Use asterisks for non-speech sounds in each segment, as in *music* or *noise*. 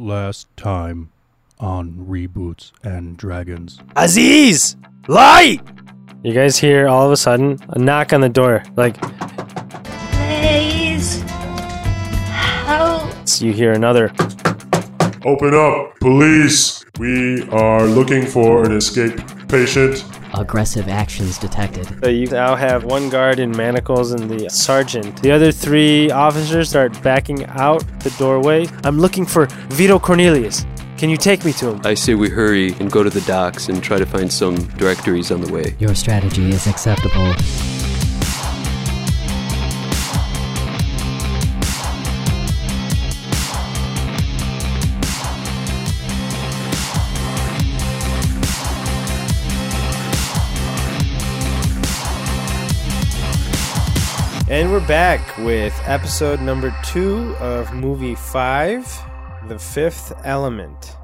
Last time on Reboots and Dragons. Aziz! Light! You guys hear all of a sudden a knock on the door. Like Please help. you hear another. Open up, police! We are looking for an escaped patient. Aggressive actions detected. So you now have one guard in manacles and the sergeant. The other three officers start backing out the doorway. I'm looking for Vito Cornelius. Can you take me to him? I say we hurry and go to the docks and try to find some directories on the way. Your strategy is acceptable. And we're back with episode number two of movie five, The Fifth Element.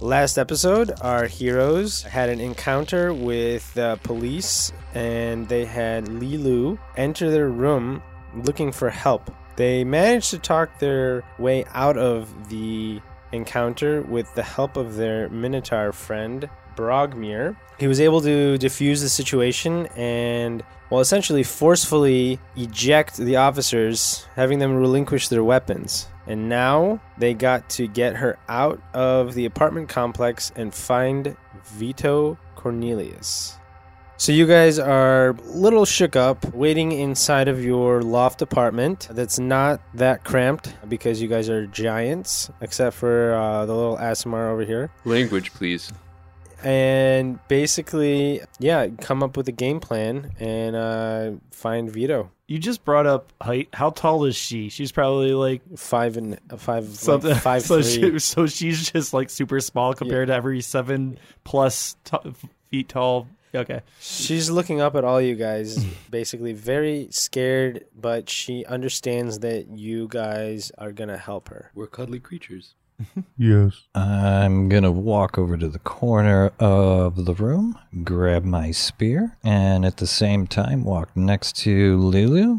Last episode, our heroes had an encounter with the police and they had Lilu enter their room looking for help. They managed to talk their way out of the encounter with the help of their Minotaur friend, Brogmir. He was able to defuse the situation and, well, essentially forcefully eject the officers, having them relinquish their weapons. And now they got to get her out of the apartment complex and find Vito Cornelius. So you guys are a little shook up, waiting inside of your loft apartment. That's not that cramped because you guys are giants, except for uh, the little Asmar over here. Language, please. And basically, yeah, come up with a game plan and uh, find Vito. You just brought up height. How tall is she? She's probably like Five and uh, five, something. *laughs* like five so, three. She, so she's just like super small compared to every seven plus t- feet tall. Okay. She's looking up at all *laughs* you guys, basically very scared, but she understands that you guys are gonna help her. We're cuddly creatures. Yes. I'm gonna walk over to the corner of the room, grab my spear, and at the same time walk next to Lulu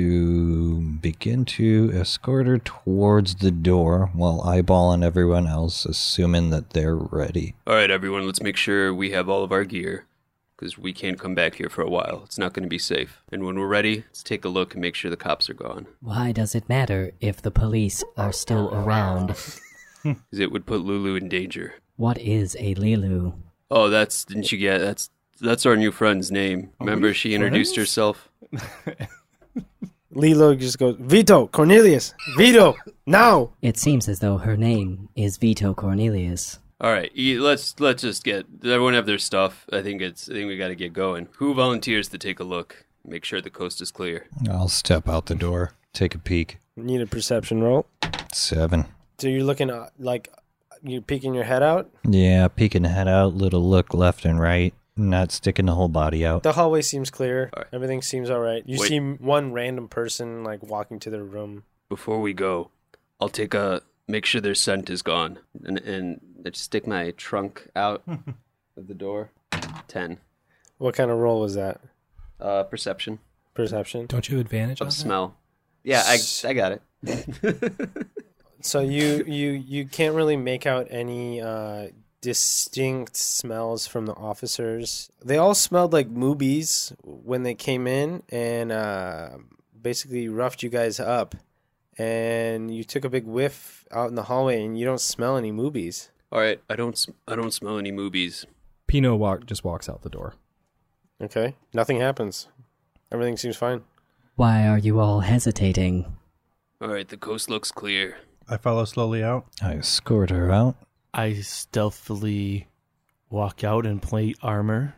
to begin to escort her towards the door while eyeballing everyone else, assuming that they're ready. All right, everyone, let's make sure we have all of our gear because we can't come back here for a while. It's not going to be safe. And when we're ready, let's take a look and make sure the cops are gone Why does it matter if the police are still around? because it would put Lulu in danger. What is a Lilu? Oh, that's didn't you get that's that's our new friend's name. Remember, she introduced herself. Lilo just goes, Vito, Cornelius, Vito, now. It seems as though her name is Vito Cornelius. All right, e- let's let's just get does everyone have their stuff. I think it's I think we got to get going. Who volunteers to take a look? Make sure the coast is clear. I'll step out the door, take a peek. Need a perception roll. Seven. So you're looking uh, like you're peeking your head out. Yeah, peeking head out, little look left and right, not sticking the whole body out. The hallway seems clear. All right. Everything seems all right. You Wait. see one random person like walking to their room. Before we go, I'll take a make sure their scent is gone, and and I just stick my trunk out of the door. Ten What kind of roll was that? uh, perception Perception. Don't you have advantage on of that? smell. Yeah, I I got it. So you you you can't really make out any uh, distinct smells from the officers. They all smelled like movies when they came in and uh, basically roughed you guys up. And you took a big whiff out in the hallway, and you don't smell any movies. All right, I don't sm- I don't smell any movies. Pino walk just walks out the door. Okay, nothing happens. Everything seems fine. Why are you all hesitating? All right, the coast looks clear. I follow slowly out. I escort her out. I stealthily walk out and play armor.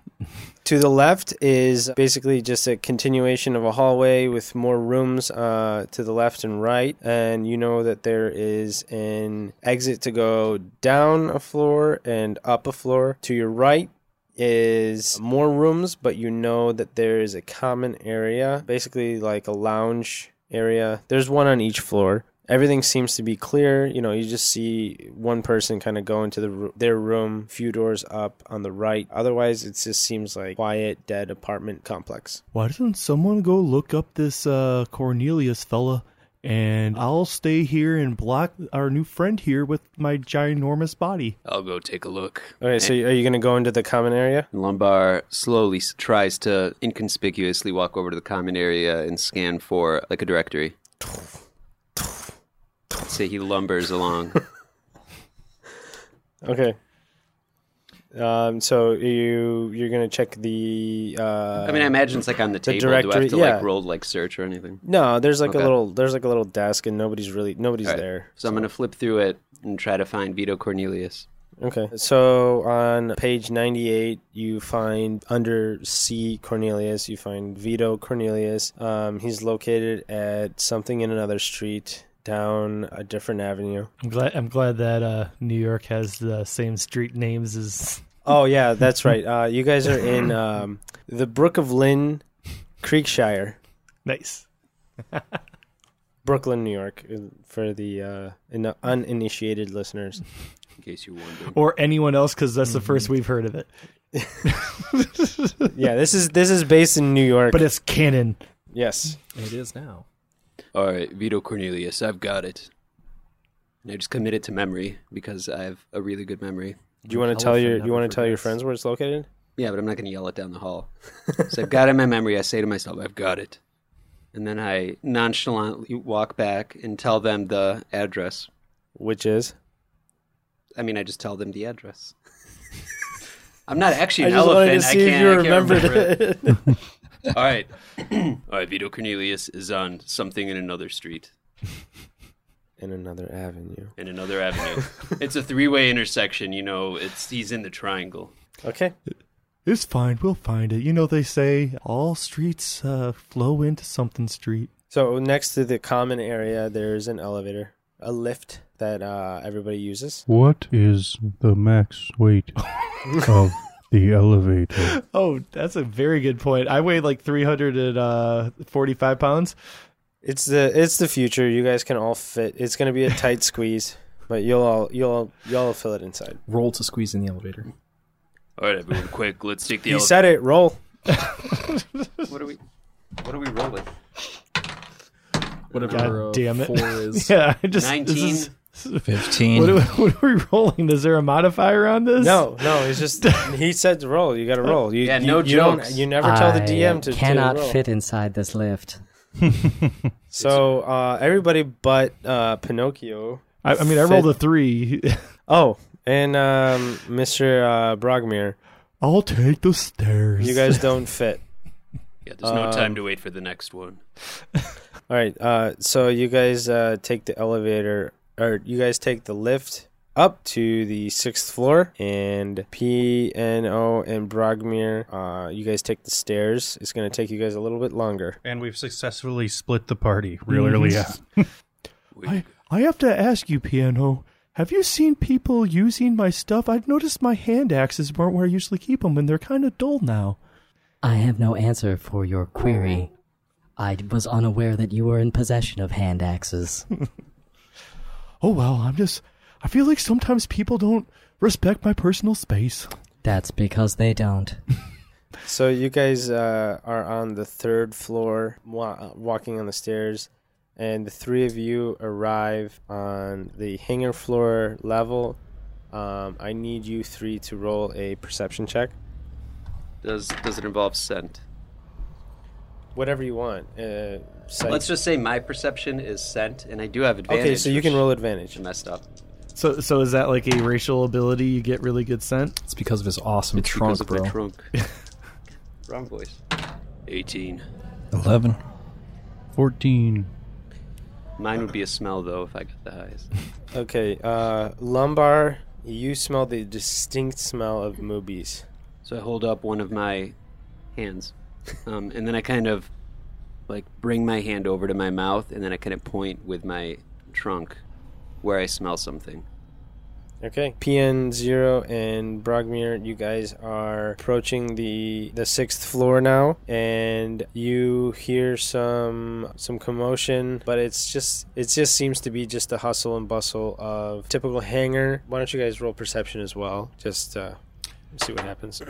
To the left is basically just a continuation of a hallway with more rooms uh, to the left and right. And you know that there is an exit to go down a floor and up a floor. To your right is Uh, more rooms, but you know that there is a common area, basically like a lounge area. There's one on each floor. Everything seems to be clear. You know, you just see one person kind of go into the ro- their room, a few doors up on the right. Otherwise, it just seems like quiet, dead apartment complex. Why doesn't someone go look up this uh, Cornelius fella and I'll stay here and block our new friend here with my ginormous body. I'll go take a look. Okay, so are you going to go into the common area? Lumbar slowly s- tries to inconspicuously walk over to the common area and scan for like a directory. Say he lumbers along. Okay. Um, so you you're going to check the. Uh, I mean, I imagine it's like on the table. Do I directory- have to yeah. like roll like search or anything? No, there's like Okay. a little there's like a little desk, and nobody's really nobody's All right. there. So I'm gonna flip through it and try to find Vito Cornelius. Okay. So on page 98, you find under C Cornelius, you find Vito Cornelius. Um, he's located at something in another street down a different avenue. I'm glad. I'm glad that uh, New York has the same street names *laughs* as. Oh, yeah, that's right. Uh, you guys are in um, the Brook of Lynn, Creekshire, Nice. Brooklyn, New York, uh, for the uh, in- uninitiated listeners. In case you wonder. Or anyone else, because that's Mm-hmm. the first we've heard of it. yeah, this is this is based in New York. But it's canon. yes. It is now. All right, Vito Cornelius, I've got it. And I just commit it to memory because I have a really good memory. Do you want to tell your you want to tell your friends where it's located? Yeah, but I'm not going to yell it down the *laughs* hall. so I've got it in my memory. I say to myself, I've got it. And then I nonchalantly walk back and tell them the address. Which is? I mean, I just tell them the *laughs* address. I'm not actually I an just wanted to elephant. I see if can't, you I can't remembered *laughs* remember it. All right. *clears throat* All right, Vito Cornelius is on something in another street, In another avenue. in another *laughs* avenue. it's a three way intersection. You know, it's he's in the triangle. Okay. It's fine. We'll find it. You know they say all streets uh, flow into something street. So next to the common area, there's an elevator, a lift that uh, everybody uses. What is the max *laughs* weight of the elevator? Oh, that's a very good point. I weigh like uh, 345 pounds. It's the it's the future. You guys can all fit. It's gonna be a *laughs* tight squeeze, but you'll all you'll all- you'll all fill it inside. Roll to squeeze in the elevator. All right, everyone, quick. Let's take the You elevator. said it. Roll. What are we? What are we rolling? Whatever God uh, damn it. four *laughs* is. yeah, I just. This 19. is, 15. what, are, Mm. what are we rolling? Is there a modifier on this? No, no. *laughs* It's just he said to roll. You got to roll. You, Yeah, you- no you don't- jokes. You never tell the I DM to to cannot roll. fit inside this lift. So uh, everybody but uh, Pinocchio. I, I mean, I rolled a three. *laughs* Oh, and um, Mr. Uh, Brogmere. I'll take the stairs. You guys don't fit. Yeah, there's no Um, time to wait for the next one. All right. Uh, so you guys uh, take the elevator, or you guys take the lift up to the sixth floor, and P N O and Brogmir, uh, you guys take the stairs. It's gonna take you guys a little bit longer. And we've successfully split the party. Really, really, Mm-hmm. yeah. I, I have to ask you, Piano. Have you seen people using my stuff? I've noticed my hand axes weren't where I usually keep them, and they're kind of dull now. I have no answer for your query. I was unaware that you were in possession of hand axes. Oh well, I'm just. I feel like sometimes people don't respect my personal space. That's because they don't. So you guys uh, are on the third floor, wa- uh, walking on the stairs, and the three of you arrive on the hangar floor level. Um, I need you three to roll a perception check. Does does it involve scent? Whatever you want. Uh, sight- Let's just say my perception is scent, and I do have advantage. Okay, so you which can roll advantage. I messed up. So, so is that like a racial ability? You get really good scent. It's because of his awesome It's trunk, because of bro. the *laughs* trunk. Wrong voice. 18. 11. 14. Mine would be a smell though if I got the highest. Okay, uh, lumbar, you smell the distinct smell of movies. So I hold up one of my hands, um, and then I kind of like bring my hand over to my mouth, and then I kind of point with my trunk where I smell something. Okay, PN0 and Brogmere, you guys are approaching the the sixth floor now, and you hear some some commotion, but it's just it just seems to be just the hustle and bustle of typical hangar. Why don't you guys roll perception as well? Just uh, see what happens.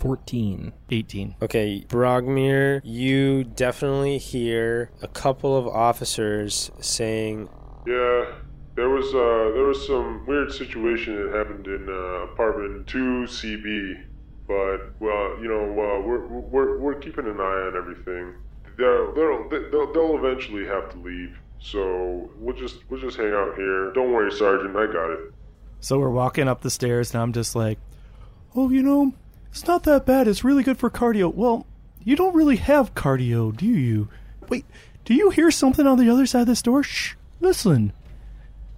14. 18. Okay, Brogmir, you definitely hear a couple of officers saying, Yeah, there was uh, there was some weird situation that happened in uh, apartment two CB, but well, you know, uh, we're, we're we're keeping an eye on everything. They'll they'll they'll they'll eventually have to leave, so we'll just we'll just hang out here. Don't worry, Sergeant, I got it. So we're walking up the stairs, and I'm just like, oh, you know, it's not that bad. It's really good for cardio. Well, you don't really have cardio, do you? Wait, do you hear something on the other side of this door? Shh, listen.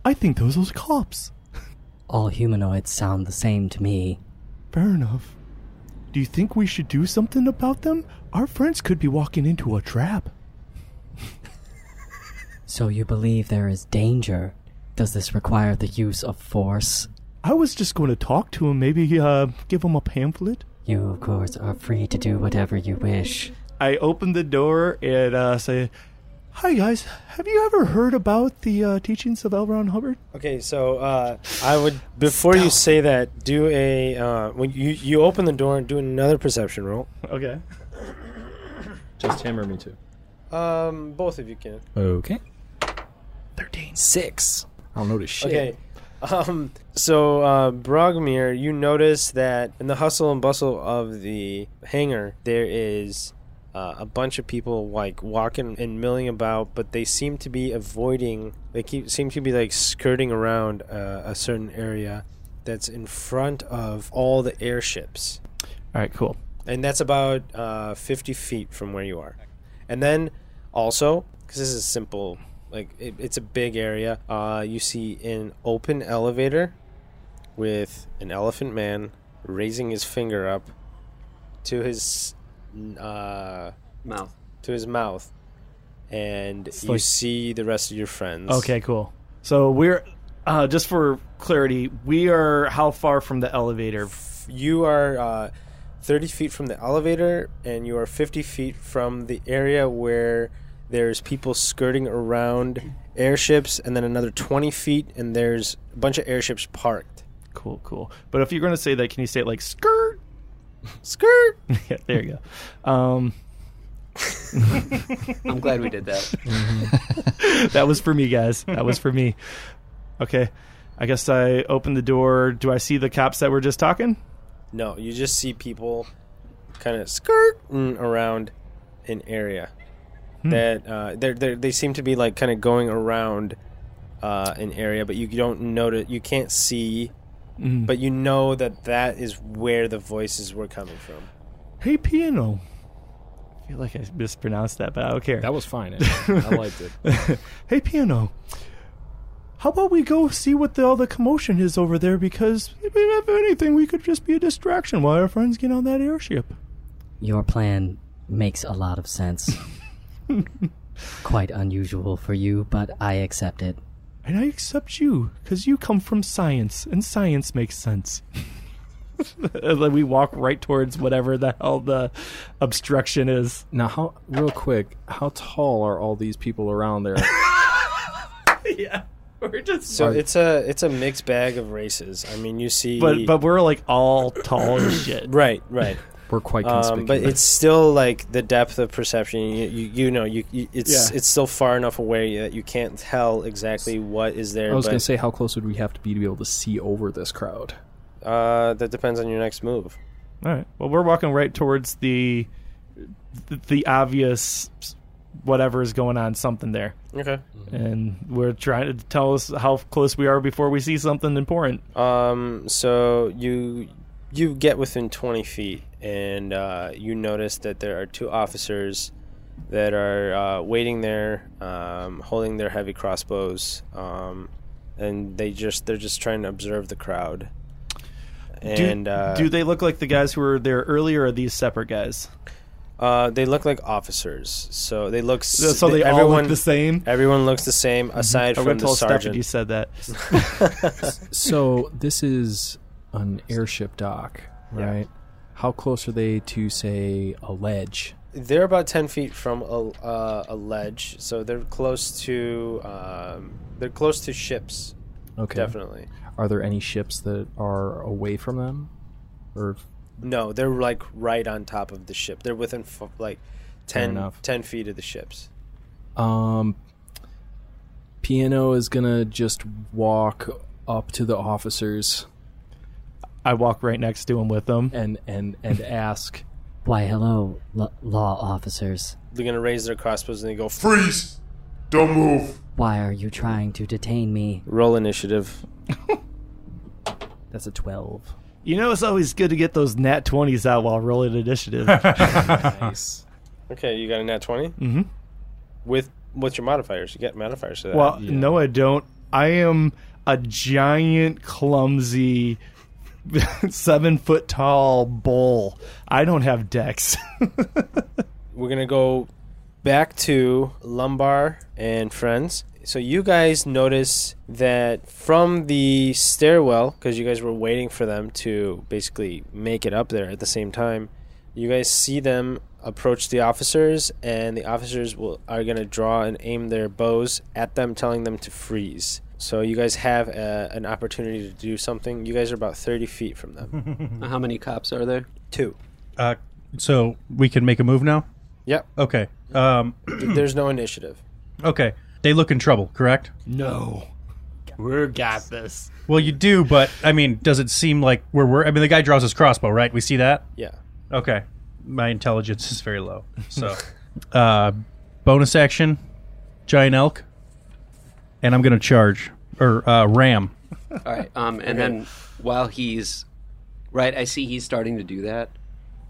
I think those are cops. All humanoids sound the same to me. Fair enough. Do you think we should do something about them? Our friends could be walking into a trap. So you believe there is danger? Does this require the use of force? I was just going to talk to him, maybe uh, give him a pamphlet. You, of course, are free to do whatever you wish. I open the door and uh, say, Hi, guys. Have you ever heard about the uh, teachings of L. Ron Hubbard? *laughs* Okay, so uh, I would before you say that, do a uh, when you you open the door and do another perception roll. Okay. Just him or me too? Um, both of you can. Okay. 13. 6. I don't notice shit. Okay. Um, so, uh, Brogmir, you notice that in the hustle and bustle of the hangar, there is uh, a bunch of people like walking and milling about, but they seem to be avoiding. They keep seem to be like skirting around uh, a certain area that's in front of all the airships, All right, cool. and that's about uh, fifty feet from where you are. And then also, because this is simple, like it, it's a big area, uh, you see an open elevator with an elephant man raising his finger up to his uh, mouth, to his mouth, and you like- see the rest of your friends. Okay, cool. So we're uh, just for clarity, we are how far from the elevator? you are uh, 30 feet from the elevator and you are 50 feet from the area where there's people skirting around airships and then another 20 feet and there's a bunch of airships parked Cool, cool. But if you're going to say that, can you say it like skirt? Skirt. *laughs* yeah, there you go. Um, *laughs* I'm glad we did that. that was for me, guys. That was for me. Okay. I guess I open the door. Do I see the cops that were just talking? no you just see people kind of skirt around an area that uh, they're, they're, they seem to be like kind of going around uh, an area but you don't notice you can't see Mm. but you know that that is where the voices were coming from Hey, piano. I feel like I mispronounced that, but I don't care. That was *laughs* fine. actually. I liked it. hey, piano. How about we go see what the, all the commotion is over there? Because if if anything, we could just be a distraction while our friends get on that airship. Your plan makes a lot of sense. Quite unusual for you, but I accept it. And I accept you, because you come from science, and science makes *laughs* sense. And then we walk right towards whatever the hell the obstruction is. Now, how real quick, how tall are all these people around there? *laughs* yeah. We're just So it's a it's a mixed bag of races. I mean, you see, But but we're like all tall as shit. right, *laughs* right. We're quite Um, conspicuous. but it's still like the depth of perception. You you, you know, you, you it's Yeah. it's still far enough away that you can't tell exactly what is there. I was but going to say, how close would we have to be to be able to see over this crowd? uh, that depends on your next move. All right. Well, we're walking right towards the the, the obvious whatever is going on, something there, Okay. and we're trying to tell us how close we are before we see something important. Um. So you you get within twenty feet, and uh, you notice that there are two officers that are uh, waiting there, um, holding their heavy crossbows, um, and they just they're just trying to observe the crowd. And do, uh, do they look like the guys who were there earlier? or Are these separate guys? Uh, they look like officers, so they look. s- So they all look the same? Mm-hmm. Everyone looks the same, aside I'm from gonna the tell Stephanie you sergeant. said that. So *laughs* this is an airship dock, right? How close are they to, say, a ledge? They're about ten feet from a, uh, a ledge, so they're close to. Um, they're close to ships, Okay. definitely. Are there any ships that are away from them, or No, they're like right on top of the ship. They're within f- like Fair 10, enough. 10 feet of the ships. Um, piano is gonna just walk up to the officers. I walk right next to him with them, *laughs* and and and ask, "Why, hello, l- law officers. They're gonna raise their crossbows and they go freeze. Don't move. Why are you trying to detain me?" Roll initiative. That's a twelve. You know, it's always good to get those nat 20s out while rolling initiative. nice. Okay, you got a nat 20? Mm-hmm. With what's your modifiers? You get modifiers to that. Well, no, I don't. I am a giant, clumsy, *laughs* seven foot tall bull. I don't have *laughs* dex. We're gonna go back to Lumbar and friends. So you guys notice that from the stairwell, because you guys were waiting for them to basically make it up there at the same time. You guys see them approach the officers, and the officers will are gonna draw and aim their bows at them, telling them to freeze. So you guys have a, an opportunity to do something. You guys are about thirty feet from them. How many cops are there? Two. Uh, so we can make a move now. Yep. Okay. Um, There's no initiative. okay. They look in trouble, correct? No. We're got this. Well, you do, but I mean, does it seem like we're, we're? I mean, the guy draws his crossbow, right? We see that. Yeah. Okay. My intelligence is very low, *laughs* so uh, bonus action, giant elk, and I'm gonna charge or uh, ram. All right. Um, and Okay. then while he's right, I see he's starting to do that.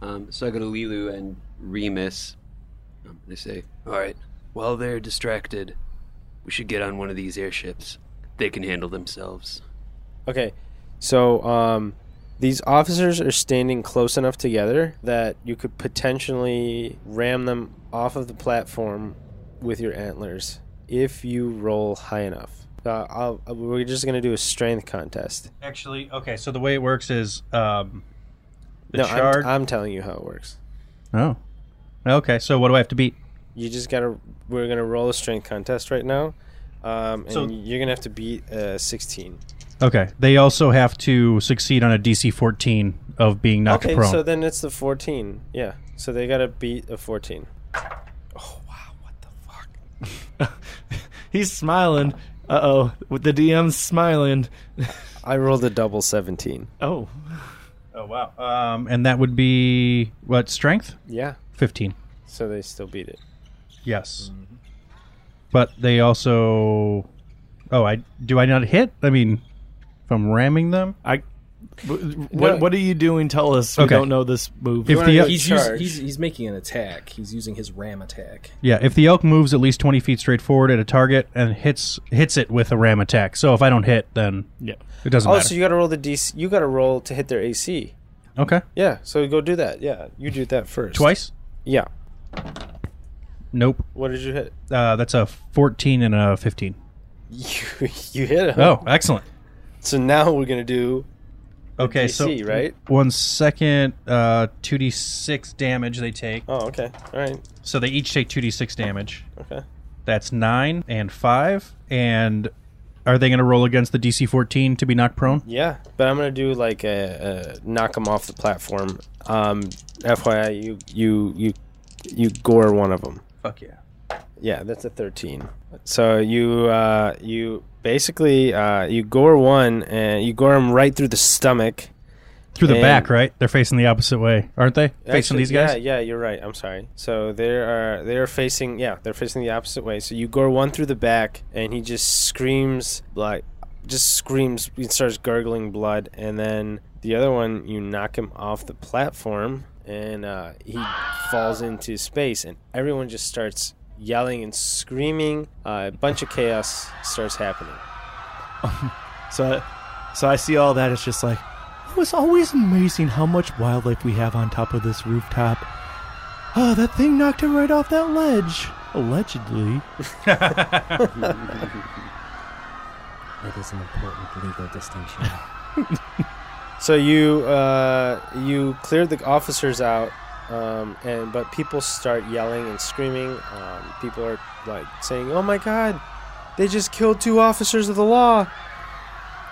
Um, so I go to Lilu and Remus. Um, they say, "All right, while they're distracted, we should get on one of these airships. They can handle themselves." Okay, so um, these officers are standing close enough together that you could potentially ram them off of the platform with your antlers if you roll high enough. Uh, I'll, uh, we're just gonna do a strength contest. Actually, okay. So the way it works is um, the no, charge. I'm, I'm telling you how it works. oh. Okay. So what do I have to beat? You just gotta. We're gonna roll a strength contest right now, um, and So- you're gonna have to beat uh, 16. Okay. They also have to succeed on a DC 14 of being knocked okay, prone. so then it's the 14. Yeah, so they gotta beat a 14. *laughs* He's smiling. Uh oh. With the DM's smiling. *laughs* I rolled a double 17. Oh. oh wow. Um, and that would be what strength? Yeah. 15. So they still beat it. Yes. But they also. Oh, I do I not hit? I mean, if I'm ramming them, I. What, what are you doing? Tell us. We Okay. don't know this move. If the- he's, Charge. using- he's he's making an attack. He's using his ram attack. yeah. If the elk moves at least 20 feet straight forward at a target and hits hits it with a ram attack, so if I don't hit, then yeah, it doesn't oh, matter. so you got to roll the DC. You got to roll to hit their AC. okay, Yeah, so go do that. Yeah, you do that first. twice. Yeah. Nope. What did you hit? *laughs* Uh, that's a 14 and a 15. You you hit him. Oh, excellent. So now we're gonna do. the Okay, DC, so right. One second, uh, two d six damage they take. Oh, okay. All right. So they each take two d six damage. Okay. That's nine and five. And are they going to roll against the DC fourteen to be knocked prone? Yeah, but I'm gonna do like a, a knock him off the platform. Um, FYI, you you you you gore one of them. Fuck yeah. Yeah, that's a 13. So you uh, you basically uh, you gore one and you gore him right through the stomach. Through the And- back, right? They're facing the opposite way, aren't they? facing Actually, these guys. Yeah, yeah, you're right. I'm sorry. So they are they are facing yeah they're facing the opposite way. So you gore one through the back, and he just screams like just screams. He starts gurgling blood, and then the other one you knock him off the platform, and uh, he falls into space, and everyone just starts yelling and screaming. Uh, a bunch of chaos starts happening. So, so I see all that. It's just like it was always amazing how much wildlife we have on top of this rooftop. Oh, that thing knocked him right off that ledge. Allegedly. It is an important legal distinction. So you uh, you cleared the officers out, um, and but people start yelling and screaming. Um, people are like saying, "Oh my God, they just killed two officers of the law.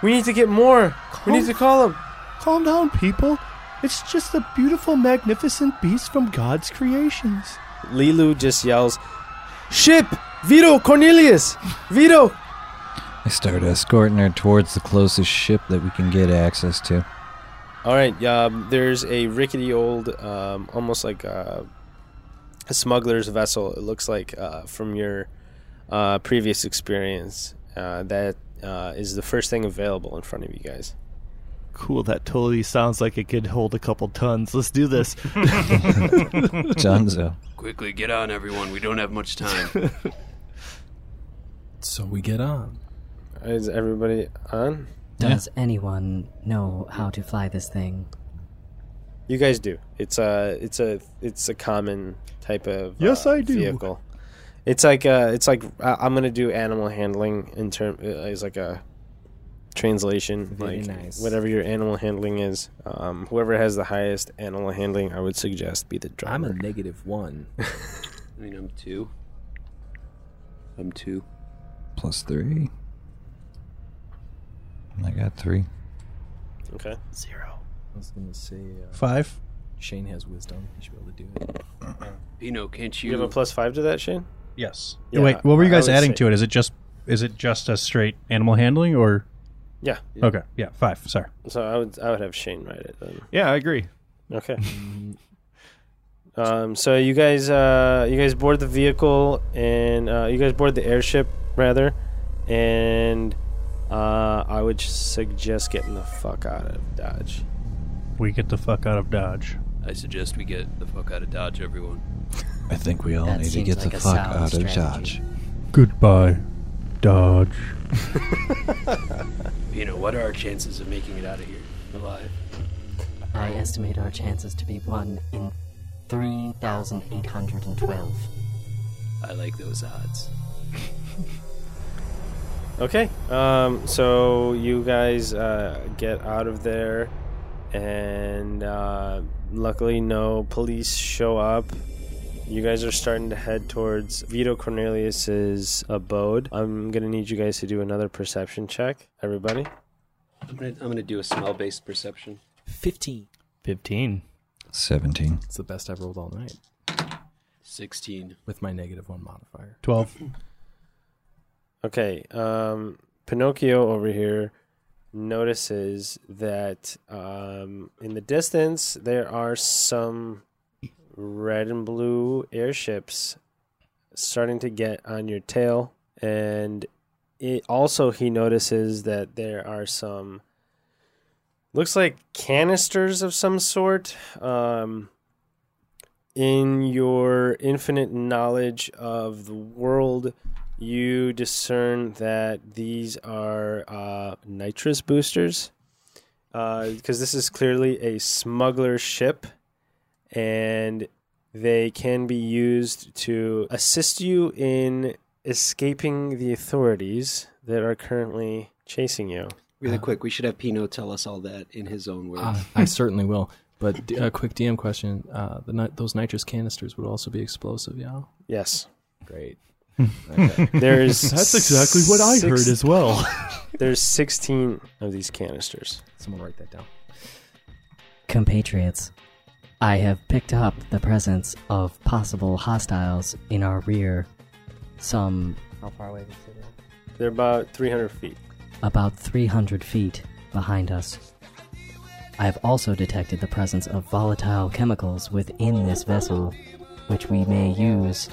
We need to get more. We need to call them." Calm down, people. It's just a beautiful, magnificent beast from God's creations. Lilu just yells, Ship! Vito! Cornelius! Vito! I start escorting her towards the closest ship that we can get access to. All right, um, there's a rickety old, um, almost like uh, a smuggler's vessel, it looks like, uh, from your uh, previous experience. Uh, that uh, is the first thing available in front of you guys. Cool, that totally sounds like it could hold a couple tons. Let's do *laughs* *laughs* this. Dunzo. Quickly, get on, everyone. We don't have much *laughs* time. So we get on. Is everybody on? Does anyone know how to fly this thing? You guys do. It's a it's a it's a common type of uh, Yes, I do. vehicle. It's like uh it's like I- I'm gonna do animal handling in term is like a translation Very like nice. whatever your animal handling is. Um, whoever has the highest animal handling, I would suggest be the driver. I'm a negative *laughs* one. I mean, I'm two. I'm two. Plus three. I got three. okay. Zero. I was gonna say uh, Five. Shane has wisdom. He should be able to do it. Pino, can't you? You have a plus five to that, Shane. Yes. Yeah, Wait, what were you I guys would adding say- to it? Is it just is it just a straight animal handling or Yeah. Okay. Yeah, five. Sorry. So I would I would have Shane write it then. yeah, I agree. Okay. *laughs* Um, so you guys, uh, you guys board the vehicle, and uh, you guys board the airship rather, and uh, I would suggest getting the fuck out of Dodge. We get the fuck out of Dodge. I suggest we get the fuck out of Dodge, everyone. I think we all That need to seems get like the a fuck sound out strategy. of Dodge. Goodbye, Dodge. Pino, what are our chances of making it out of here alive? I estimate our chances to be one in 3,812. I like those odds. Okay. Um, so you guys uh, get out of there, and uh, luckily, no police show up. You guys are starting to head towards Vito Cornelius's abode. I'm gonna need you guys to do another perception check, everybody. I'm gonna, I'm gonna do a smell-based perception. 15. 15. 17. It's the best I've rolled all night Sixteen. with my negative one modifier. Twelve. Okay, um, Pinocchio over here notices that um, in the distance there are some red and blue airships starting to get on your tail, and it also he notices that there are some looks like canisters of some sort. Um, in your infinite knowledge of the world, you discern that these are uh, nitrous boosters because this is clearly a smuggler ship and they can be used to assist you in escaping the authorities that are currently chasing you. Really quick, we should have Pino tell us all that in his own words. Uh, I certainly will. But d- a quick DM question: uh, the ni- those nitrous canisters would also be explosive, yeah? *laughs* Yes. *laughs* Great. There's That's exactly what I heard as well. There's 16 of these canisters. Someone write that down. Compatriots, I have picked up the presence of possible hostiles in our rear. Some. How far away was it? They're about 300 feet. about 300 feet behind us. I have also detected the presence of volatile chemicals within this vessel, which we may use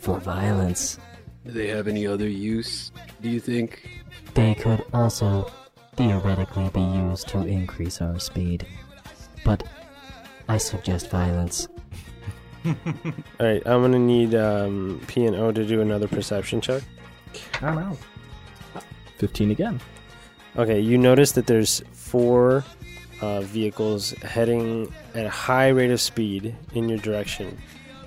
for violence. Do they have any other use? Do you think? They could also theoretically be used to increase our speed. But I suggest violence. All right, I'm gonna need um, P and O to do another perception check. I don't know. 15 again. Okay, you notice that there's four uh, vehicles heading at a high rate of speed in your direction,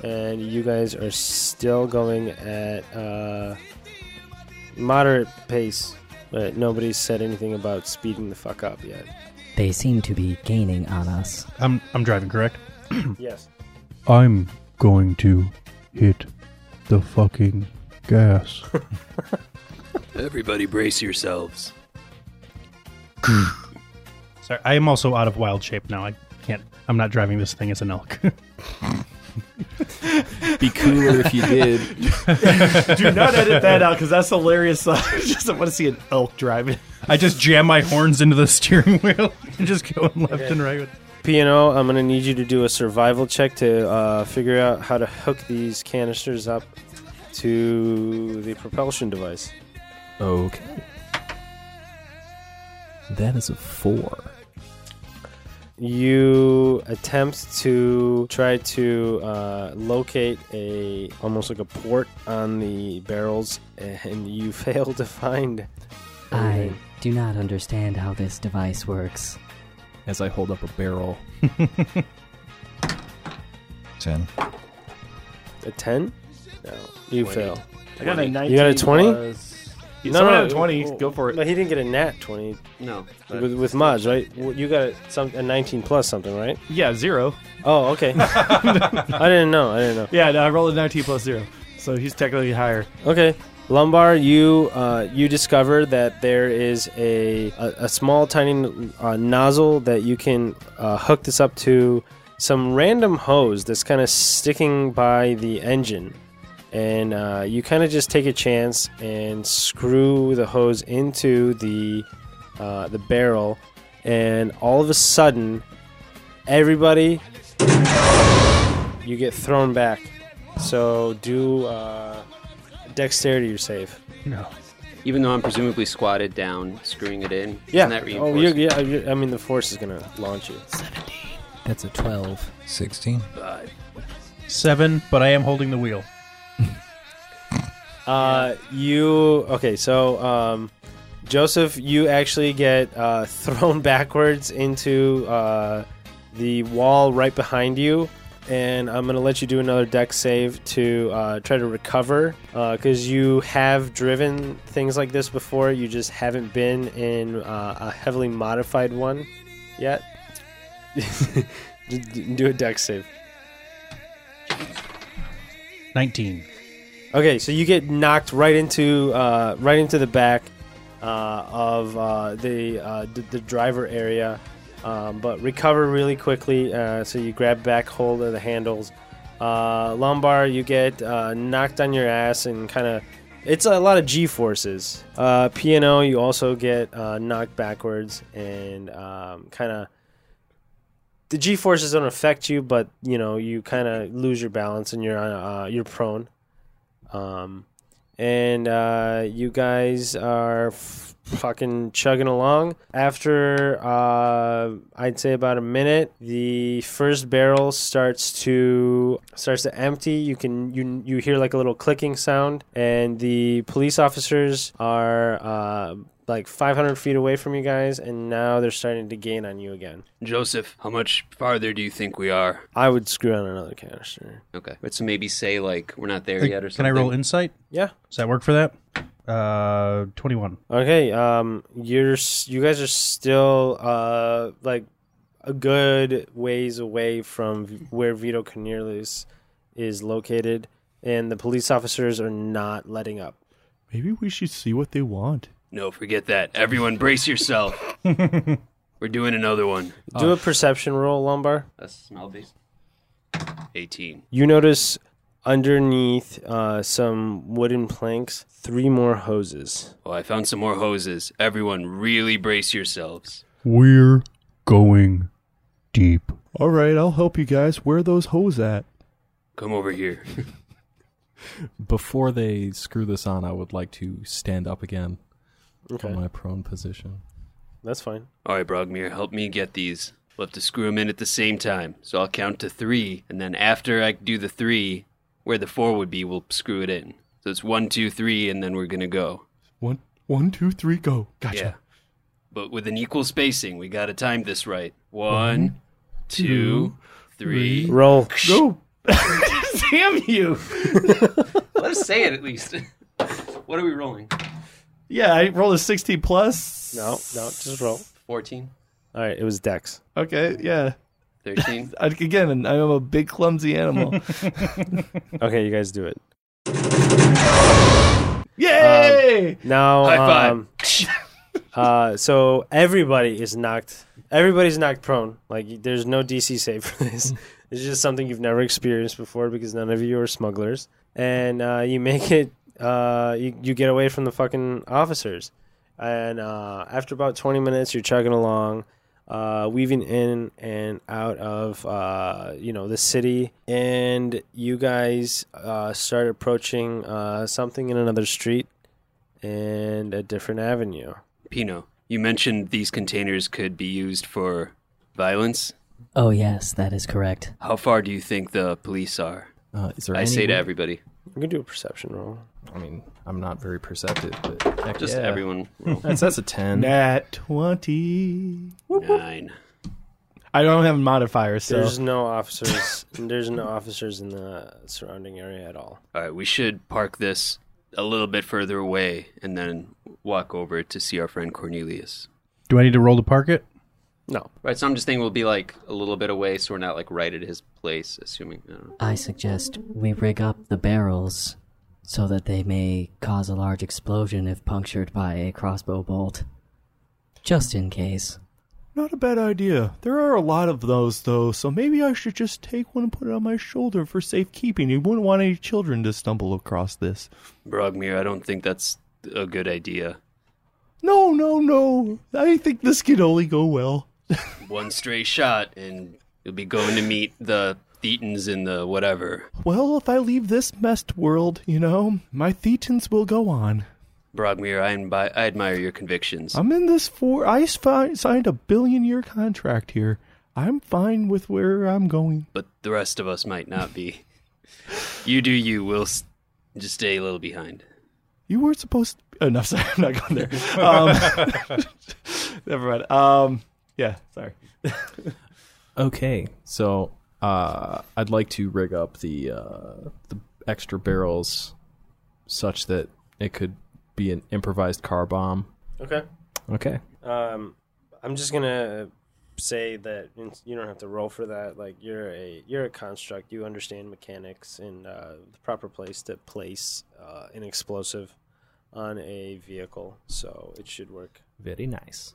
and you guys are still going at uh, moderate pace, but nobody's said anything about speeding the fuck up yet. They seem to be gaining on us. I'm I'm driving, correct? Yes. I'm going to hit the fucking *laughs* gas. Everybody, brace yourselves. Sorry, I am also out of wild shape now. I can't. I'm not driving this thing as an elk. *laughs* Be cooler if you did. Do *laughs* not edit that out because that's hilarious. *laughs* I just want to see an elk driving. I just jam my horns into the steering wheel *laughs* and just go left and right. P&O, I'm going to need you to do a survival check to uh, figure out how to hook these canisters up to the propulsion device. Okay. That is a four. You attempt to try to uh, locate a almost like a port on the barrels, and you *laughs* fail to find. I do not understand how this device works. As I hold up a barrel. 10. A ten? No, you Wait. fail. I got a 19. You got a twenty? No, Someone had a 20. Go for it. No, he didn't get a nat 20. No. With, with mods, right? W- You got a, some, a 19 plus something, right? Yeah, zero. Oh, okay. *laughs* I didn't know. I didn't know. Yeah, no, I rolled a 19 plus zero. So he's technically higher. Okay. Lumbar, you uh, you discover that there is a a, a small tiny uh, nozzle that you can uh, hook this up to some random hose that's kind of sticking by the engine, and uh, you kind of just take a chance and screw the hose into the uh, the barrel, and all of a sudden, everybody, you get thrown back. So do. Uh, Dexterity, you're safe. No. Even though I'm presumably squatted down, screwing it in. Yeah. Isn't that oh, reinforced? you're, yeah. You're, I mean, the force is gonna launch you. That's a 12. 16. Seven, but I am holding the wheel. Uh, you okay? So, um, Joseph, you actually get uh, *laughs* thrown backwards into uh, the wall right behind you, and I'm gonna let you do another deck save to uh, try to recover because you have driven things like this before. You just haven't been in uh, a heavily modified one yet. *laughs* D- d- do a deck save. Nineteen. Okay, so you get knocked right into uh, right into the back uh, of uh, the, uh, d- the driver area, um, but recover really quickly. Uh, so you grab back hold of the handles. Uh, lumbar, you get uh, knocked on your ass and kind of. It's a lot of G forces. Uh, P&O, you also get uh, knocked backwards and um, kind of the G forces don't affect you, but you know you kind of lose your balance and you're on, uh, you're prone. Um, and uh, you guys are f- fucking chugging along. After uh, I'd say about a minute, the first barrel starts to starts to empty. You can you you hear like a little clicking sound, and the police officers are uh, like 500 feet away from you guys, and now they're starting to gain on you again. Joseph, how much farther do you think we are? I would screw on another canister. Okay. But so maybe say like we're not there yet or Can I something. roll insight? Yeah. Does that work for that? Uh, twenty-one. Okay, um, you're s- you guys are still uh like a good ways away from v- where Vito Cornelius is located, and the police officers are not letting up. Maybe we should see what they want. No, forget that. Everyone *laughs* brace yourself. we're doing another one. Do a perception roll, Lumbar. A smell based. 18. You notice underneath uh, some wooden planks three more hoses. Oh, I found some more hoses. Everyone, really brace yourselves. We're going deep. All right, I'll help you guys. Where are those hoes at? Come over here. Before they screw this on, I would like to stand up again Okay, from my prone position. that's fine. All right, Brogmir, help me get these. We'll have to screw them in at the same time. So I'll count to three, and then after I do the three, where the four would be, we'll screw it in. So it's one, two, three, and then we're gonna go. One, one, two, three, go. Yeah. Gotcha. But with an equal spacing, we gotta time this right. One, two, three. Roll. *laughs* Go. Damn you! Let us say it at least. *laughs* what are we rolling? Yeah, I rolled a 60 plus. No, no, just roll. 14, All right, it was Dex. Okay, yeah. *laughs* 13. I, again, I'm a big clumsy *laughs* animal. Okay, you guys do it Yay! now. High five. um, uh, so everybody is knocked Everybody's knocked prone. Like there's no DC save for this. it's just something you've never experienced before because none of you are smugglers. And uh, you make it. Uh, you you get away from the fucking officers. And uh, after about 20 minutes, you're chugging along, uh, weaving in and out of uh, you know the city, and you guys uh, start approaching uh, something in another street and a different avenue. Pino, you mentioned these containers could be used for violence. Oh, yes, that is correct. How far do you think the police are? Uh, is there I say any to way- everybody. You can do a perception roll. I mean, I'm not very perceptive, but heck Just yeah. everyone roll. That's that's a ten. Nat 20. Nine. I don't have modifiers, so. There's no officers. *laughs* there's no officers in the surrounding area at all. All right, we should park this a little bit further away and then walk over to see our friend Cornelius. Do I need to roll to park it? Right, so I'm just thinking we'll be like a little bit away, so we're not like right at his place, assuming. I don't know. I suggest we rig up the barrels so that they may cause a large explosion if punctured by a crossbow bolt. Just in case. Not a bad idea. There are a lot of those, though, so maybe I should just take one and put it on my shoulder for safekeeping. You wouldn't want any children to stumble across this. Brogmir, I don't think that's a good idea. No, no, no. I think this can only go well. One stray shot, and you'll be going to meet the Thetans and the whatever. Well, if I leave this messed world, you know, my thetans will go on. Brogmir, I, imbi- I admire your convictions. I'm in this for. I sfi- signed a billion year contract here. I'm fine with where I'm going. but the rest of us might not be. you do you. We'll s- just stay a little behind. You were supposed to. Enough. Sorry, *laughs* I'm not going there. Um, *laughs* never mind. Um, yeah, sorry. *laughs* Okay, so uh, I'd like to rig up the uh, the extra barrels such that it could be an improvised car bomb. Okay. Okay. Um, I'm just gonna say that in- you don't have to roll for that. Like you're a you're a construct. You understand mechanics and uh, the proper place to place uh, an explosive on a vehicle, so it should work. Very nice.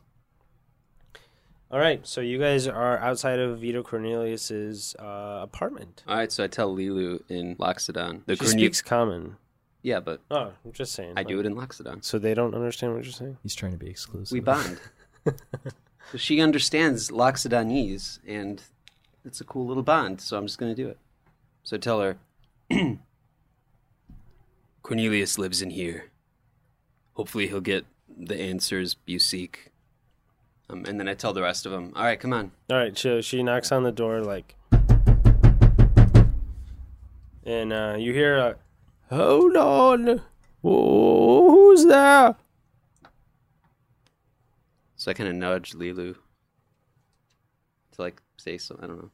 All right. So you guys are outside of Vito Cornelius's uh, apartment. All right, so I tell Lilu in Loxodon. The she Cornu- speaks common. Yeah, but Oh, I'm just saying. I do it in Loxodon. *laughs* So they don't understand what you're saying. He's trying to be exclusive. We *laughs* bond. so she understands Loxodonese, and it's a cool little bond, so I'm just going to do it. So I tell her *clears throat* Cornelius lives in here. Hopefully, he'll get the answers you seek. Um, and then I tell the rest of them, all right, come on. All right, so she knocks on the door like, and uh, you hear a, "Hold on, Whoa, who's there?" So I kind of nudge Lilu to like say something. I don't know.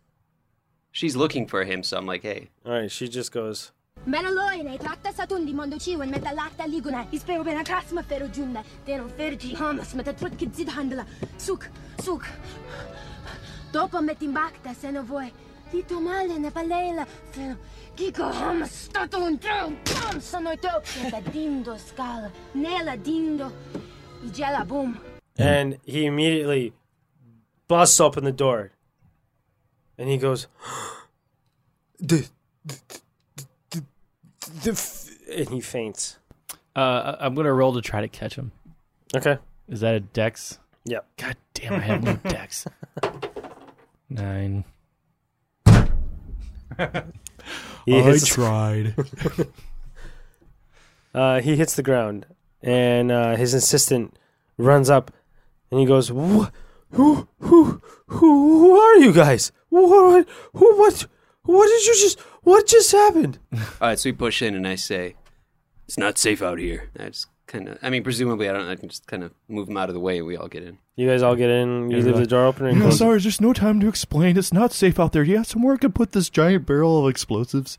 She's looking for him, so I'm like, hey. All right, she just goes, Menaloine, trakta satundi mondo ciwen meta lacta liguna. Ispero bena kasma fero giunda. Deno fergi hamas meta trut kidzid handla. Suk, suk. Dopo metimbacta se no voi. Lito male ne palela. Feno. Kiko hamas stato un trum. Pam sono top. Nella dindo scala. Nella dindo. I gela boom. and he immediately busts open the door, and he goes, "The, the, the, the, the f-" and he faints. Uh, I- I'm gonna roll to try to catch him. Okay, Is that a dex? Yep. God damn, I have *laughs* no dex. Nine. he I hits, tried. uh, he hits the ground, and uh, his assistant runs up, and he goes, "Wha- "Who, who, who, who are you guys? What, who, what, what did you just, what just happened?" All right, so we push in, and I say, it's not safe out here. I just kind of, I mean, presumably, I don't. I can just kind of move him out of the way, and we all get in. You guys all get in. You leave the door open. And You know, close it. sorry, there's no time to explain. It's not safe out there. Yeah, somewhere I could put this giant barrel of explosives.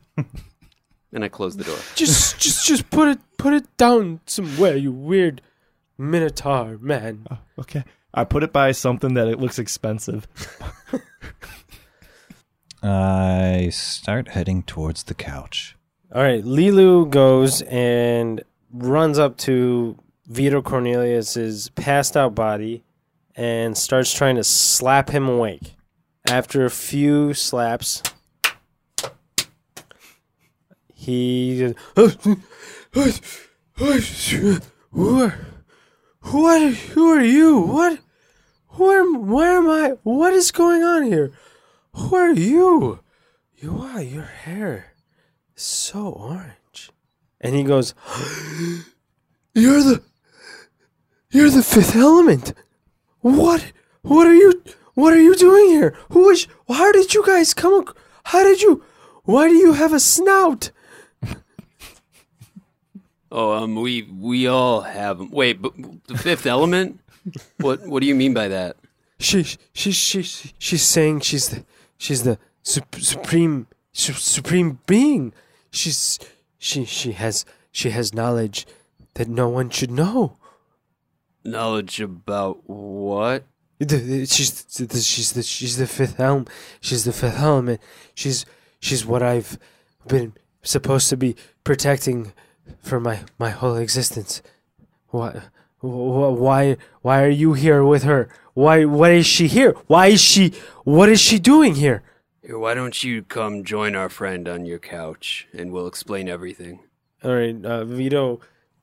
And I close the door. Just, just, just put it, put it down somewhere. You weird minotaur man. Okay. I put it by something that it looks expensive. I start heading towards the couch. All right, Lilu goes and runs up to Vito Cornelius's passed out body and starts trying to slap him awake. After a few slaps, he What? Who are, who are you? What? Who am? Where am I? What is going on here? Who are you? You wow, your hair is so orange. and he goes, You're the You're the fifth element. What? What are you What are you doing here? Who is How did you guys come ac- How did you Why do you have a snout? Oh, um, we we all have 'em. Wait, but the fifth *laughs* element? What what do you mean by that? She she she she- she's saying she's the she's the sup- supreme su- supreme being. She's she she has she has knowledge that no one should know. Knowledge about what? The- the- She's the, she's the she's the fifth elm. She's the fifth element. She's she's what I've been supposed to be protecting for my my whole existence. "What? wh- wh- Why? Why are you here with her? Why? Why is she here? Why is she? What is she doing here?" Here, why don't you come join our friend on your couch and we'll explain everything. All right, uh, Vito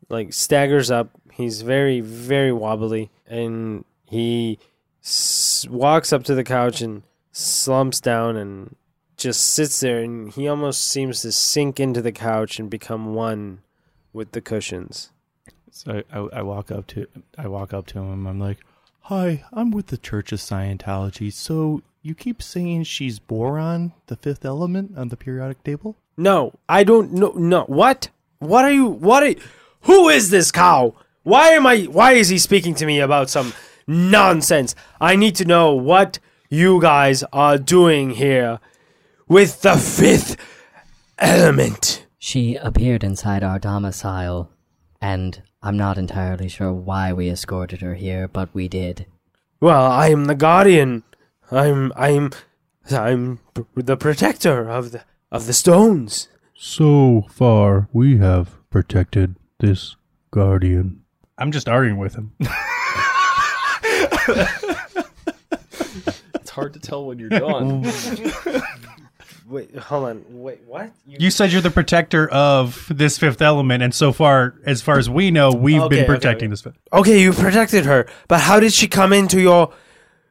like staggers up. He's very very wobbly and he s- walks up to the couch and slumps down and just sits there and he almost seems to sink into the couch and become one with the cushions. So I, I, I walk up to I walk up to him. I'm like, "Hi, I'm with the Church of Scientology. So you keep saying she's boron, the fifth element on the periodic table? No, I don't know. No, what? What are you? What are? You, who is this cow? Why am I? Why is he speaking to me about some nonsense? I need to know what you guys are doing here with the fifth element. She appeared inside our domicile, and I'm not entirely sure why we escorted her here, but we did. Well, I am the guardian. I'm I'm I'm p- the protector of the of the stones. So far, we have protected this guardian. I'm just arguing with him. It's hard to tell when *laughs* you're done. Wait, hold on. Wait, what? You said you're the protector of this fifth element, and so far, as far as we know, we've Okay, been okay, protecting okay. this fifth. Okay, you protected her, but how did she come into your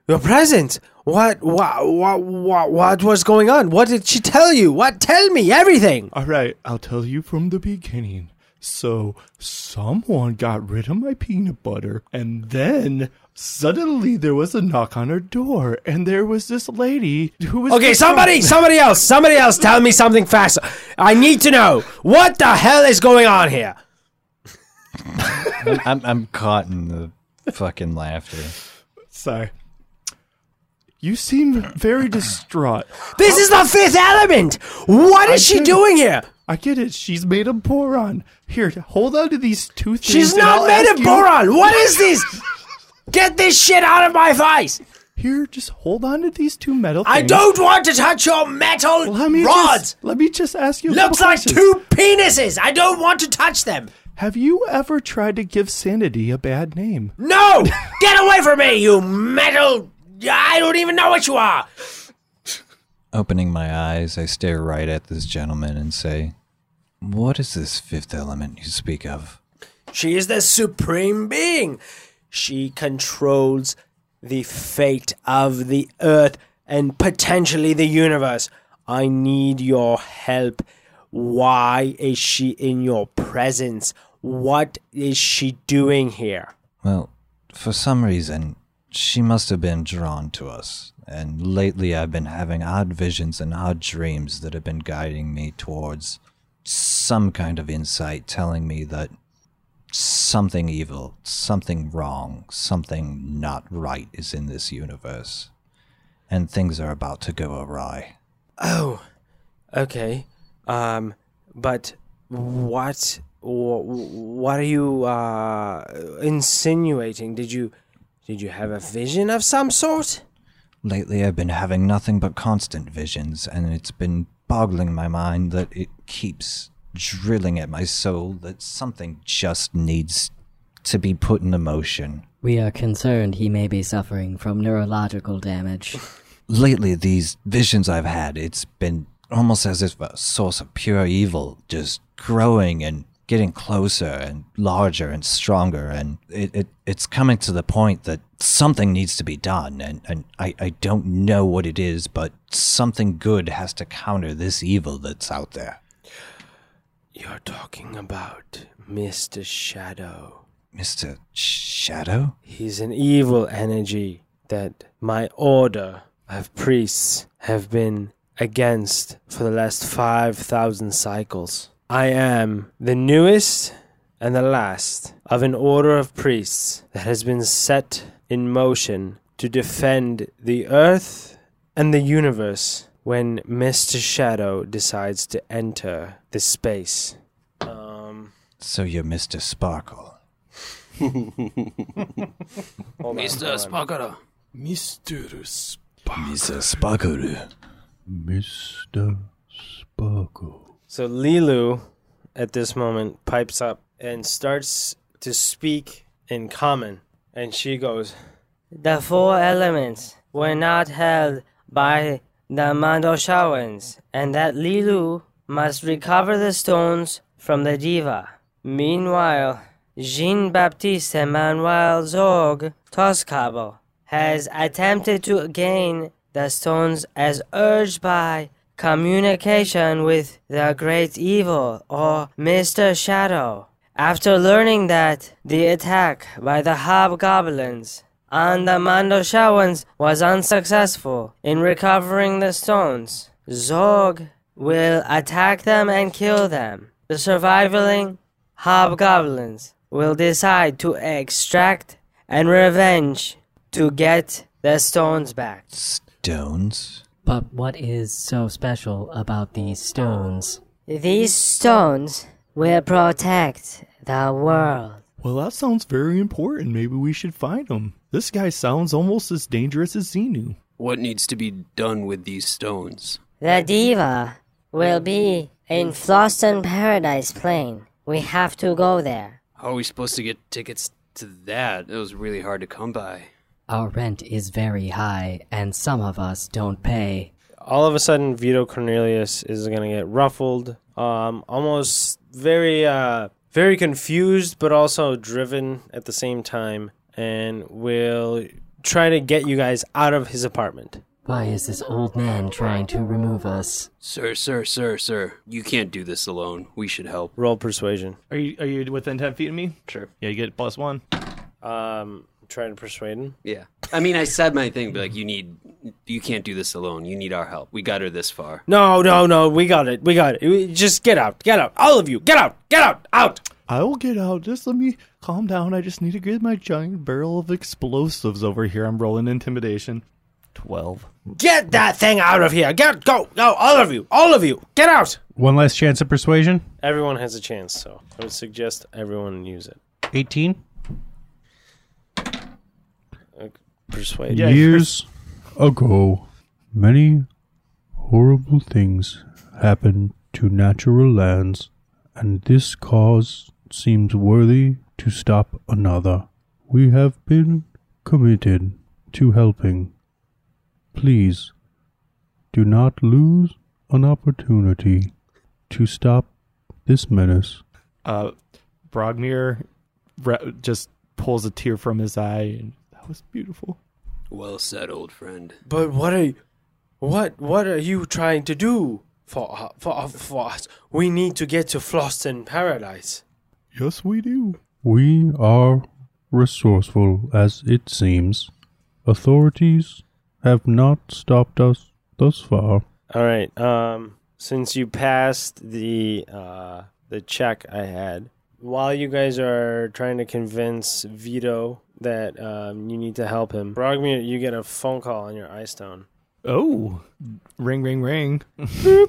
your presence? What what what what, what was going on? What did she tell you? What tell me everything. All right, I'll tell you from the beginning. So someone got rid of my peanut butter, and then suddenly there was a knock on her door, and there was this lady who was Okay, somebody, somebody else, somebody else, tell me something faster. I need to know what the hell is going on here. I'm, I'm, I'm caught in the fucking laughter. *laughs* Sorry. You seem *clears throat* very distraught. This is the fifth element. What I is she get it. doing here? I get it. She's made of boron. Here, hold on to these two things. She's and not I'll made ask of you- boron. What is this? Get this shit out of my face. Here, just hold on to these two metal I things. don't want to touch your metal Let me rods. Just, let me just ask you. a Looks couple like questions. two penises. I don't want to touch them. Have you ever tried to give sanity a bad name? No! Get away from me, you metal. I don't even know what you are. Opening my eyes, I stare right at this gentleman and say, What is this fifth element you speak of? She is the supreme being. She controls the fate of the earth and potentially the universe. I need your help. Why is she in your presence? What is she doing here? Well, for some reason, she must have been drawn to us, and lately I've been having odd visions and odd dreams that have been guiding me towards some kind of insight telling me that something evil, something wrong, something not right is in this universe, and things are about to go awry. Oh, okay. Um, but what Wh- What are you uh, insinuating? Did you did you have a vision of some sort? Lately, I've been having nothing but constant visions, and it's been boggling my mind that it keeps drilling at my soul that something just needs to be put into motion. We are concerned he may be suffering from neurological damage. Lately, these visions I've had, it's been almost as if a source of pure evil just growing and getting closer and larger and stronger. And it, it, it's coming to the point that something needs to be done. And, and I, I don't know what it is, but something good has to counter this evil that's out there. You're talking about Mr. Shadow. Mr. Shadow? He's an evil energy that my order of priests have been against for the last 5,000 cycles. I am the newest and the last of an order of priests that has been set in motion to defend the earth and the universe when Mr. Shadow decides to enter this space. Um, So you're Mr. Sparkle. hold on, hold on. Sparkle. Mr. Sp- Mr. Sparkle. Mr. Sparkle. So Lilu, at this moment, pipes up and starts to speak in common. And she goes, The four elements were not held by the Mandoshawans, and that Lilu must recover the stones from the Diva. Meanwhile, Jean Baptiste Emmanuel Zorg Toscabo has attempted to gain the stones as urged by communication with the Great Evil or Mr. Shadow. After learning that the attack by the hobgoblins on the Mandoshawans was unsuccessful in recovering the stones, Zorg will attack them and kill them. The surviving hobgoblins will decide to extract and revenge to get their stones back. Stones? But what is so special about these stones? These stones will protect the world. Well, that sounds very important. Maybe we should find him. This guy sounds almost as dangerous as Xenu. What needs to be done with these stones? The diva will be in Floston Paradise Plain. We have to go there. How are we supposed to get tickets to that? It was really hard to come by. Our rent is very high, and some of us don't pay. all of a sudden Vito Cornelius is going to get ruffled, um, almost very uh, very confused but also driven at the same time and will try to get you guys out of his apartment. Why is this old man trying to remove us? Sir, sir, sir, sir. You can't do this alone. We should help. Roll persuasion. Are you are you within ten feet of me? Sure. Yeah, you get plus one. Um trying to persuade him. Yeah. I mean, I said my thing, but like, you need, you can't do this alone. You need our help. We got her this far. No, no, no, we got it. We got it. We- Just get out. Get out. All of you. Get out. Get out. Out. I will get out. Just let me calm down. I just need to get my giant barrel of explosives over here. I'm rolling intimidation. Twelve. Get that thing out of here. Get go. Go all of you. All of you. Get out. One last chance at persuasion. Everyone has a chance, so I would suggest everyone use it. Uh, 18. Persuade. Years ago, many horrible things happened to natural lands, and this cause seems worthy to stop another. We have been committed to helping. Please do not lose an opportunity to stop this menace. Uh, Brogmir re- just pulls a tear from his eye. And that was beautiful. Well said, old friend. But what are you, what what are you trying to do for for for us? We need to get to Floston Paradise. Yes, we do. We are resourceful, as it seems. Authorities have not stopped us thus far. All right. Um, since you passed the uh, the check I had, while you guys are trying to convince Vito that um, you need to help him, Brogmir, you get a phone call on your iStone. Oh, ring, ring, ring. *sighs*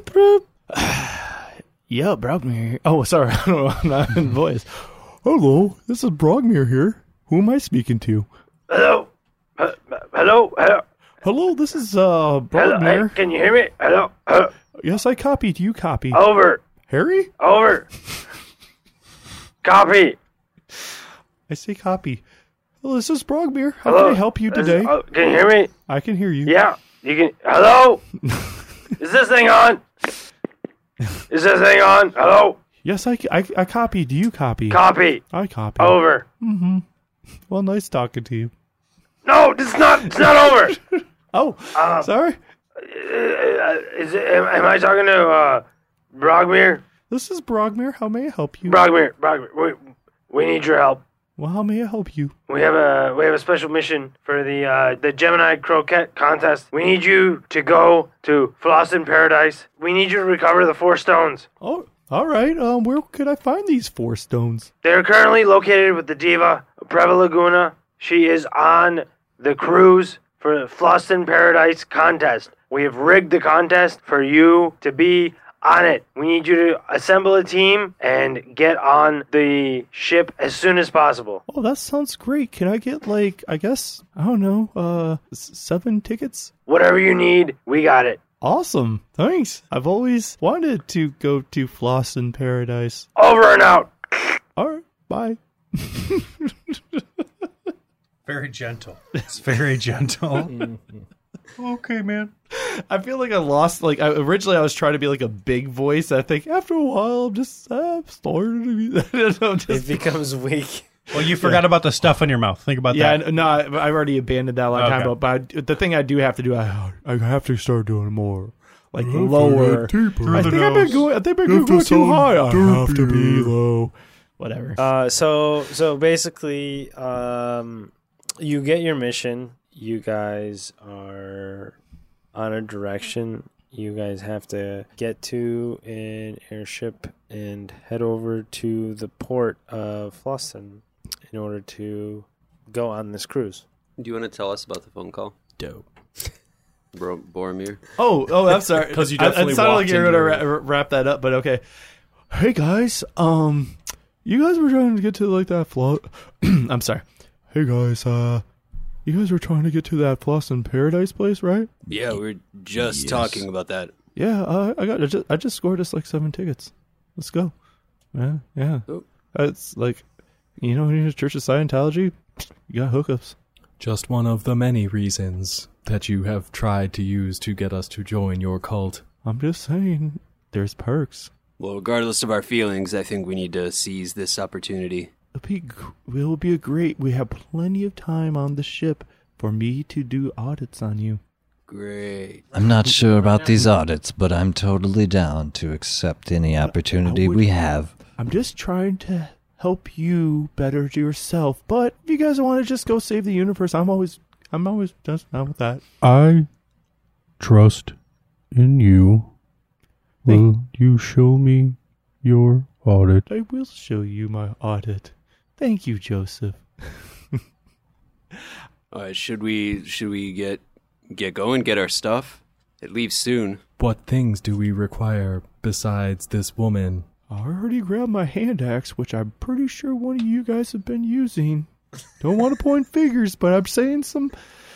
yeah, Brogmir. Oh, sorry. *laughs* I don't know. I'm not in voice. Hello, this is Brogmir here. Who am I speaking to? Hello. Uh, hello. Hello. Hello, this is uh Hello. Hey, Brogmir. can you hear me? Hello. Hello. Yes, I copied. You copy. Over. Harry? Over. Copy. I say copy. Well, this is Brogbeer. How Hello? can I help you Is- today? oh, can you hear me? I can hear you. Yeah, you can. Hello? Is this thing on? Is this thing on? Hello? Yes, I, I, I copied. You copy. Copy. I copy. Over. Mm-hmm. Well, nice talking to you. No, it's not. It's not over. oh, sorry. Is it, am, am I talking to uh, Brogmere? This is Brogmere. How may I help you? Brogmere, Brogmere, we, we need your help. Well, how may I help you? We have a we have a special mission for the uh, the Gemini Croquet contest. We need you to go to Flossin Paradise. We need you to recover the four stones. Oh, all right. Um, where could I find these four stones? They are currently located with the diva Preva Laguna. She is on the cruise for the Flossin Paradise contest. We have rigged the contest for you to be on it. We need you to assemble a team and get on the ship as soon as possible. Oh, that sounds great. Can I get like I guess I don't know, uh, s- seven tickets? Whatever you need, we got it. Awesome. Thanks. I've always wanted to go to Floss in Paradise. Over and out. All right. Bye. *laughs* Very gentle. It's very *laughs* gentle. okay, man. I feel like I lost. Like I, originally, I was trying to be like a big voice. I think after a while, I'm just uh, started to be. *laughs* I don't know, just, it becomes weak. Well, you forgot about the stuff in your mouth. Think about Yeah, that. I- no, I- I've already abandoned that a long time Okay. ago. But I, the thing I do have to do, I, I have to start doing more, like have to lower. get deeper. I Through think the I've been nose. going. I think You I've been have to going too sound high. I have to be derpier. low. *laughs* Whatever. Uh, so so basically, um, you get your mission. You guys are on a direction. You guys have to get to an airship and head over to the port of Floston in order to go on this cruise. Do you want to tell us about the phone call? Dope. Bro- Boromir. Oh, oh, I'm *laughs* sorry. 'Cause you I- definitely It sounded like walked you were gonna into- ra- wrap that up, but okay. Hey guys, um, you guys were trying to get to like that float. *clears throat* I'm sorry. Hey guys, uh, you guys were trying to get to that floss in paradise place, right? Yeah, we are just talking about that. Yeah, uh, I got. I just, I just scored us like seven tickets. Let's go. Yeah, yeah. Oh. It's like, you know, in the Church of Scientology, you got hookups. Just one of the many reasons that you have tried to use to get us to join your cult. I'm just saying, there's perks. Well, regardless of our feelings, I think we need to seize this opportunity. It'll be, gr- it'll be a great. We have plenty of time on the ship for me to do audits on you. Great. I'm not sure about these audits, but I'm totally down to accept any opportunity we have. I'm just trying to help you better yourself. But if you guys want to just go save the universe, I'm always, I'm always just down with that. I trust in you. Will you show me your audit? I will show you my audit. Thank you, Joseph. All right, should we should we get get going, get our stuff? It leaves soon. What things do we require besides this woman? I already grabbed my hand axe, which I'm pretty sure one of you guys have been using. Don't want to point fingers, but I'm saying some,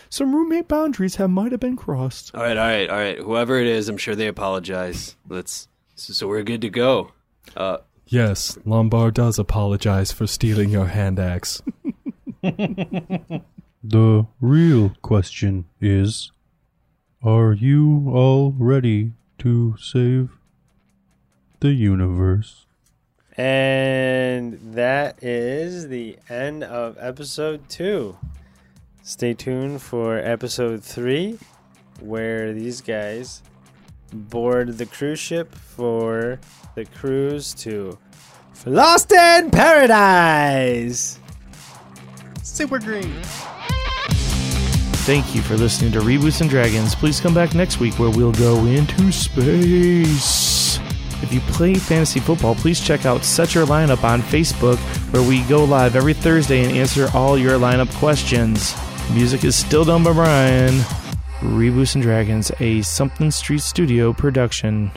some roommate boundaries have might have been crossed. All right, all right, all right. Whoever it is, I'm sure they apologize. Let's so, so we're good to go. Uh Yes, Lombard does apologize for stealing your hand axe. The real question is Are you all ready to save the universe? And that is the end of episode two. Stay tuned for episode three, where these guys board the cruise ship for the cruise to Lost in Paradise. Super green. Thank you for listening to Reboots and Dragons. Please come back next week where we'll go into space. If you play fantasy football, please check out Set Your Lineup on Facebook where we go live every Thursday and answer all your lineup questions. Music is still done by Brian. Reboots and Dragons, a Something Street Studio production.